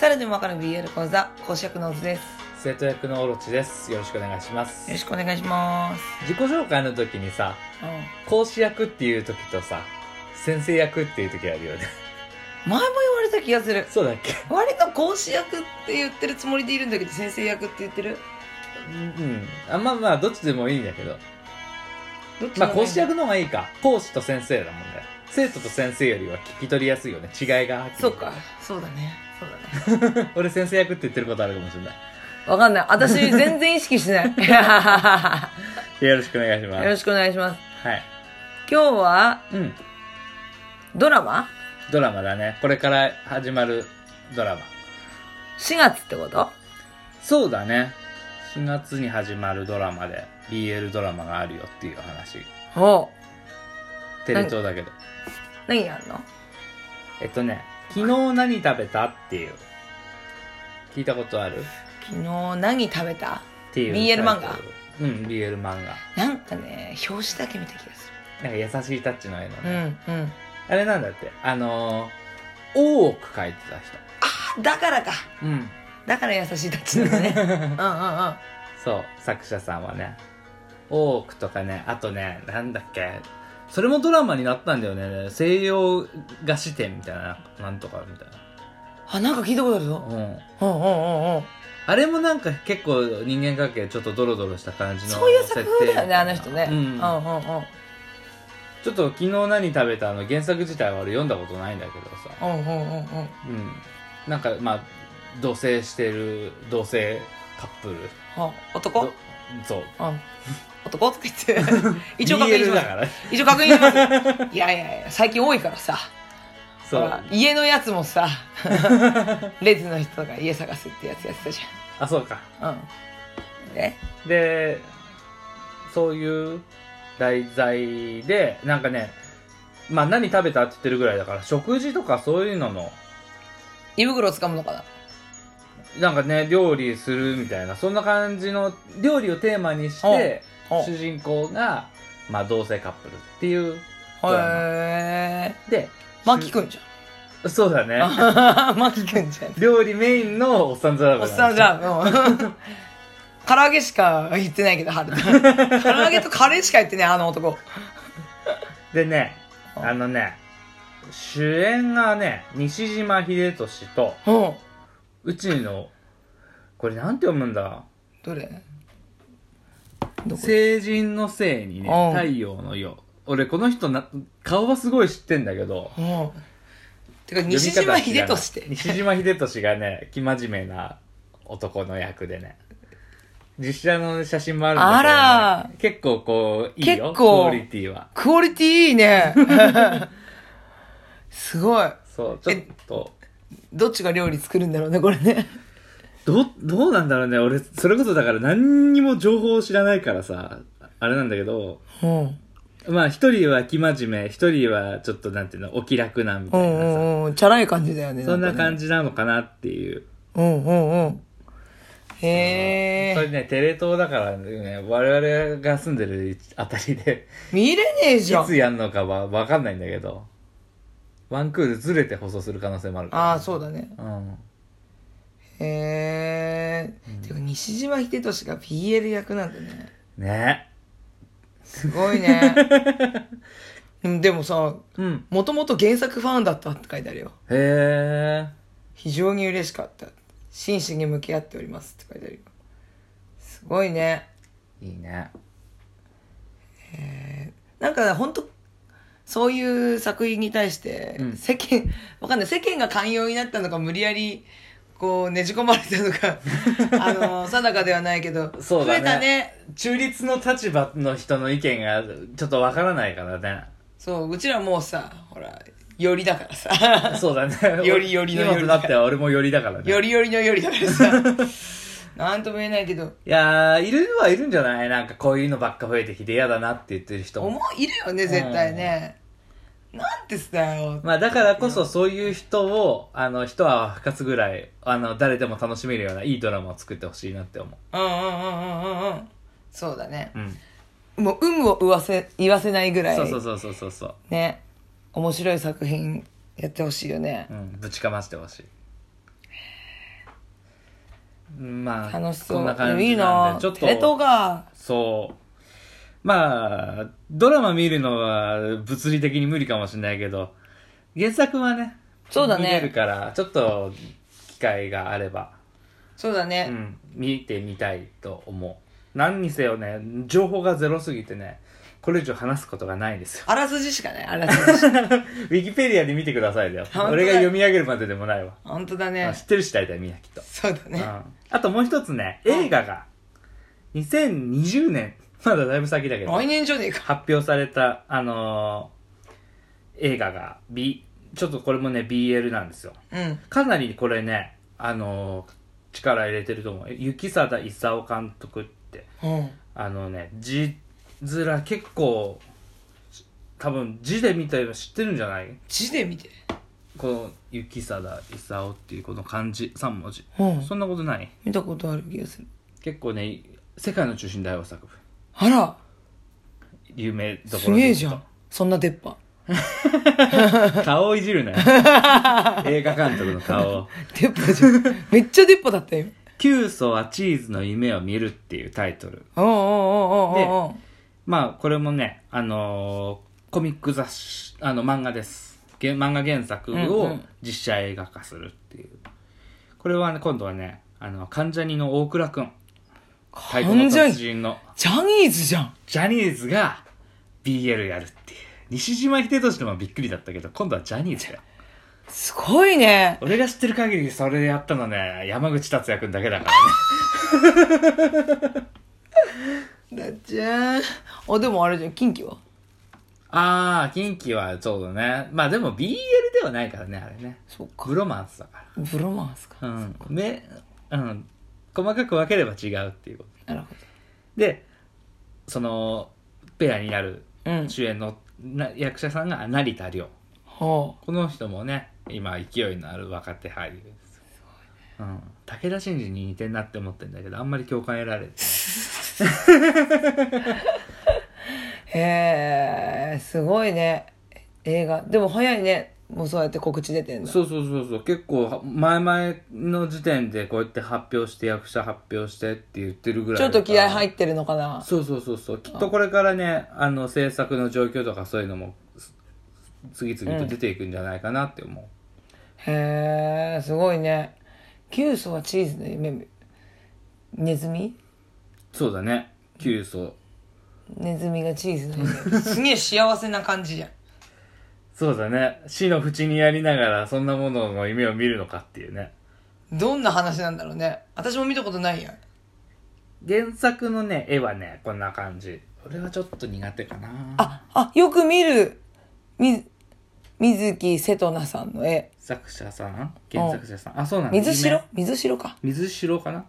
誰でもわかる BL 講座、講師役のオズです。生徒役のオロチですよろしくお願いしますよろしくお願いします。自己紹介の時にさうん。講師役っていう時とさ先生役っていう時あるよね前も言われた気がする。 そうだっけ割と講師役って言ってるつもりでいるんだけど、先生役って言ってるうんあまあまあどっちでもいいんだけどどっちまのあ方がいい講師役の方がいいか講師と先生だもんね生徒と先生よりは聞き取りやすいよね違いがはっきりそうか。そうだね。そうだね。 俺先生役って言ってることあるかもしれないわかんない。私、全然意識し ない。 よよろしくお願いしますろしくお願いします。はい今日は、うんドラマドラマだねこれから始まるドラマ ?4 月ってことそうだね4月に始まるドラマで BL ドラマがあるよっていう話ほう。テレ東だけど何やんのえっとね「昨日何食べた?」っていう聞いたことあるっ昨日何食べたていう BL 漫画タイトルうん BL 漫画なんかね、表紙だけ見た気がすなんか優しいタッチの絵のる。うね、ん、うん。あれなんだってあのー、大奥書いてた人だからか。うんだから優しいタッチなんだね。 うんうんうん。そう作者さんはね大奥とかねあとねなんだっけそれもドラマになったんだよね西洋菓子店みたいななんとかみたいあ、なんか聞いたことあるぞ。なうんうんうんうんうん。あれもなんか結構人間関係ちょっとドロドロした感じのそういう作風だよ設ね、定あの人ね。ううんん、うんうんうん。ちょっと昨日何食べたの原作自体は俺読んだことないんだけどさうんうんうんうん。うんなんかまあ同棲してる同棲カップルあ男どそううん。男とか言 って。一応確認し BL まだすか。らね一応確認します。 いやいやいや、最近多いからさ。そほうら家のやつも さ、レズの人が家探すってやつやってたじあそうかゃん。うん。ででそういう題材でなんかねまあ何食べたって言ってるぐらいだから食事とかそういうのの胃袋を掴むのかななんかね料理するみたいなそんな感じの料理をテーマにしておうおう主人公がまあ同性カップルっていうドラマへえ。でマキくんじそうだね ゃん。マキくんじゃん。料理メインのおっさんずラブおっさんじゃん。うん。 唐揚げしか言ってないけど、春田。唐揚げとカレーしか言ってない、あの男。でねうんあのね主演がね西島秀俊とうん。うちのこれなんて読むんだどれどこ成人のせいにうんね太陽のよ俺この人な顔はすごい知ってんだけどうん。てか、西島秀俊っ読てみ方は違うな。西島秀俊がね生真面目な男の役でね実写の写真もあるんだけど、ね、あら結構こういいよ結構クオリティはクオリティいいね。 すごい。そうちょっとどっちが料理作るんだろうね、これね。どどうなんだろうね俺それこそだから何にも情報を知らないからさあれなんだけどうん。まあ一人は生真面目一人はちょっとなんていうのお気楽なみうたいんなさ、うんうん。チャラい感じだよね。そんな感じ。じなのかなっていう。うんうんうん。へそれえ。ね、テレ東だからね、我々が住んでるあたりで、見れねえいじゃんつ。やるのかはわかんないんだけど、ワンクールずれて放送する可能性もあるから、ああ、そうだね。うん。へえ。てか、西島秀俊が BL 役なんだね。ね。すごい ね。うんでもさ、うん。もともと原作ファンだったって書いてあるよ。へえ。非常に嬉しかった。真摯に向き合っておりますって書いてあるよ。すごいね。いいね。なんか本当そういう作品に対して、うん世間、わかんない、世間が寛容になったのか、無理やり、こう、ねじ込まれたの か、あの、定かではないけど、そう増だえねたね。中立の立場の人の意見がちょっとわからないからね。そう、うちらもうさ、ほら、よりだから さ、 そうだね。よりよりのより今となっては俺もよりだからね。よりよりのよりだからさ、なんとも言えないけど、いやー、いるはいるんじゃないなんかこういうのばっか増えてきて嫌だなって言ってる人も思いいるよね、絶対ね。なんてだよ。まあだからこそそういう人を、あの、一泡吹かすぐらい、あの、誰でも楽しめるようないいドラマを作ってほしいなって思うんうんうんうんうんうん。そうだね。う。うん。もう、運を言わせ、言わせないぐらい。そうそうそうそうそうそう。ね面白い作品やってほしいよねう、ん。ぶちかましてほしい。まあ楽しそうこんな感じなんでいいなちょっとテレ東がそう。まあ、ドラマ見るのは物理的に無理かもしれないけど、原作はね、そうだね見れるから、ちょっと機会があれば、そうだね、うん、見てみたいと思う。何にせよね、情報がゼロすぎてね、これ以上話すことがないんですよ。 あらすじしかないあらすじウィキペディアで見てくださいだよ本当。だ俺が読み上げるまででもないわ。 本当だあね知ってるし大体みんなきっと。そうだねうんあともう一つね、映画が、2020年、まだだいぶ先だけど、来年じゃねえか発表された、あのー映画が、B、ちょっとこれもね、BL なんですよ。うんかなりこれね、あのー力入れてると思う。雪貞勲監督って、うんあのね、字面結構、多分字で見たら知ってるんじゃない字で見てこの雪貞勲っていうこの漢字3文字。うんそんなことない見たことある気がする結構ね世界の中心大和作あら有名どこすろげえでじ言ゃうんそんな出っ歯と 顔をいじる なよ映画監督の顔出っ歯じゃん めっちゃ出っ歯だったよ「窮鼠はチーズの夢を見る」っていうタイトルおうおうおうおうおうおうまあこれもねあのーコミック雑誌あの漫画ですげ漫画原作うんうをん実写映画化するっていう、これはね今度はねあの関ジャニの大倉君太鼓のジャ達ニ人のジャニーズじゃんジャニーズが BL やるっていう西島秀俊でもびっくりだったけど今度はジャニーズだよすごいね俺が知ってる限りそれやったのね山口達也君だけだからねだっちゃーんあでもあれじゃん近畿はああ近畿はそうだねまあでも BL ではないからねあれねそうかブロマンスだかブロマンスからうんねうん細かく分ければ違うっていうことなるほでそのペアになるどうん主演のな役者さんが成田凌はこの人もね今勢いのある若手俳優ですうん、武田真治に似てんなって思ってんだけどあんまり共感得られてないあへえすごいね映画でも早いねもうそうやって告知出てんだそうそうそうそう結構前々の時点でこうやって発表して役者発表してって言ってるぐらいちょっと気合入ってってるのかなそうそうそうそうきっとこれからねあの制作の状況とかそういうのもす次々と出ていくんじゃないかなって思う、へえすごいね急須はチーズの夢ネズミそうだね急須ネズミがチーズの夢すげえ幸せな感じじゃんそうだね死の淵にやりながらそんなものの夢を見るのかっていうねどんな話なんだろうね私も見たことないやん原作のね絵はねこんな感じ俺はちょっと苦手かなああよく見るみ水木瀬戸那さんの絵作者さん原作者さんあそうなんだ水有城名水城か水城かな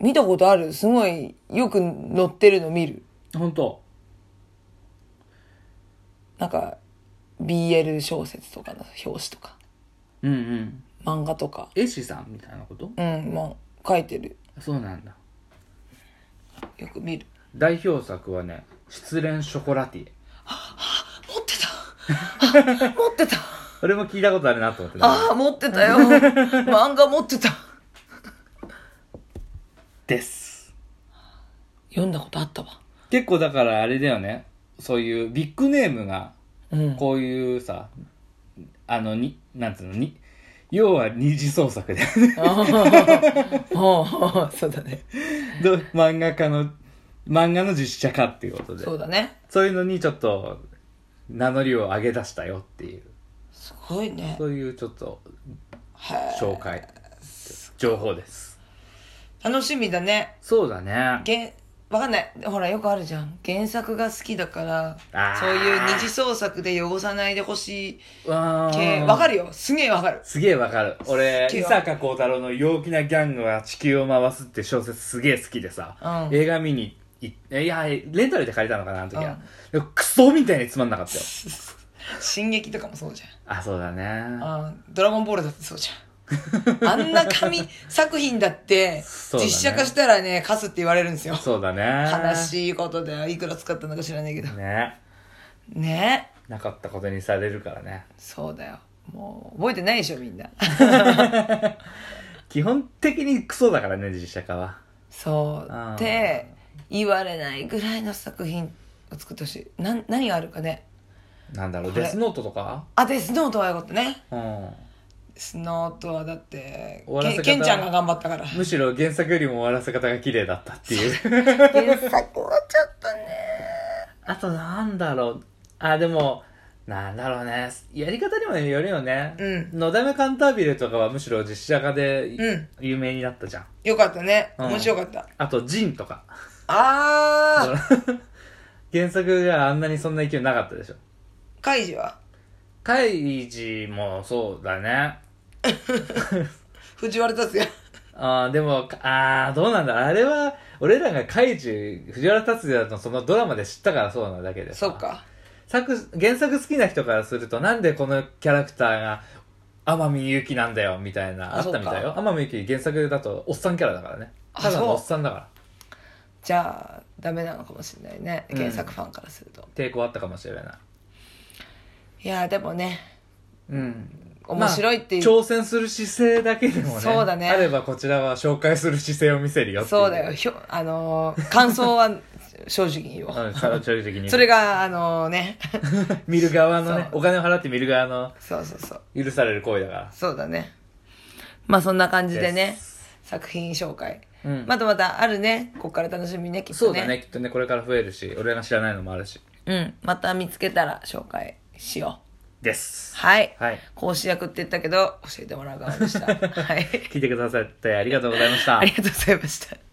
見たことあるすごいよく載ってるの見る本当なんか BL 小説とかの表紙とかうんうん漫画とか絵師さんみたいなことうんまあ書いてるそうなんだよく見る代表作はね「失恋ショコラティエ持ってたあ持ってた」俺も聞いたことあるなと思ってああ持ってたよ漫画持ってたです読んだことあったわ結構だからあれだよねそういうビッグネームが うんこういうさ、あのになんつうのに要は二次創作で そうだねど漫画家の漫画の実写化っていうことでそうだねそういうのにちょっと名乗りを上げ出したよっていうすごいねそういうちょっとは紹介情報ですい楽しみだねそうだね原わかんないほらよくあるじゃん原作が好きだかあらーそういう二次創作で汚さないでほしいわ系わかるるよすげえわかるすげえわかる俺すっげえ伊わかる坂幸太郎の「陽気なギャングは地球を回す」って小説すげえ好きでさ、うん映画見に行っていやレンタルで借りたのかなあの時はうん、でもクソみたいにつまんなかったよ進撃とかもそうじゃんあそうだねあードラゴンボールだってそうじ ゃんあんな紙作品だってそうだね実写化したらね貸すって言われるんですよそうだね悲しいことでいくら使ったのか知らないけどねねなかったことにされるからねそうだよもう覚えてないでしょみんな基本的にクソだからね実写化はそうあーって言われないぐらいの作品を作ってほしいなん何があるかねなんだろうこれデスノートとかあデスノートはよかったねうんスノートはだって終わらせけ方けんちゃんが頑張った からむしろ原作よりも終わらせ方が綺麗だったっていう原作はちょっとねあとなんだろう。あ、でも、なんだろうね。やり方にもよるよね。うのだめカンタービレとかはむしろ実写化でうん有名になったじゃん。よかったねうん面白かった、あと、ジンとか。ああ 原作じゃあんなにそんな勢いなかったでしょ。 カイジはカイジもそうだね。藤原竜也あーでも、あーどうなんだ。あれは、俺らがカイジ、藤原竜也のそのドラマで知ったからそうなだけでさそっか作原作好きな人からするとなんでこのキャラクターが天海祐希なんだよみたいなああったみたいそうよ天海祐希原作だとおっさんキャラだからねあただのそうおっさんだからじゃあダメなのかもしれないねうん原作ファンからすると、抵抗あったかもしれないいやーでもねうん面白いっていう、挑戦する姿勢だけでもねそうだねあればこちらは紹介する姿勢を見せるよっていそうだよひょあの ー感想は正直に言おう、うんさ正直にそれがあのね 見る側のねそお金を払って見る側のそうそうそう許される行為だからそうだねまあそんな感じでねです作品紹介、うんまだまだあるねここから楽しみねきっとねそうだねきっとねこれから増えるし俺が知らないのもあるしうんまた見つけたら紹介しよでうすはい、はい講師役って言ったけど教えてもらう側でしたはい聞いてくださってありがとうございましたありがとうございました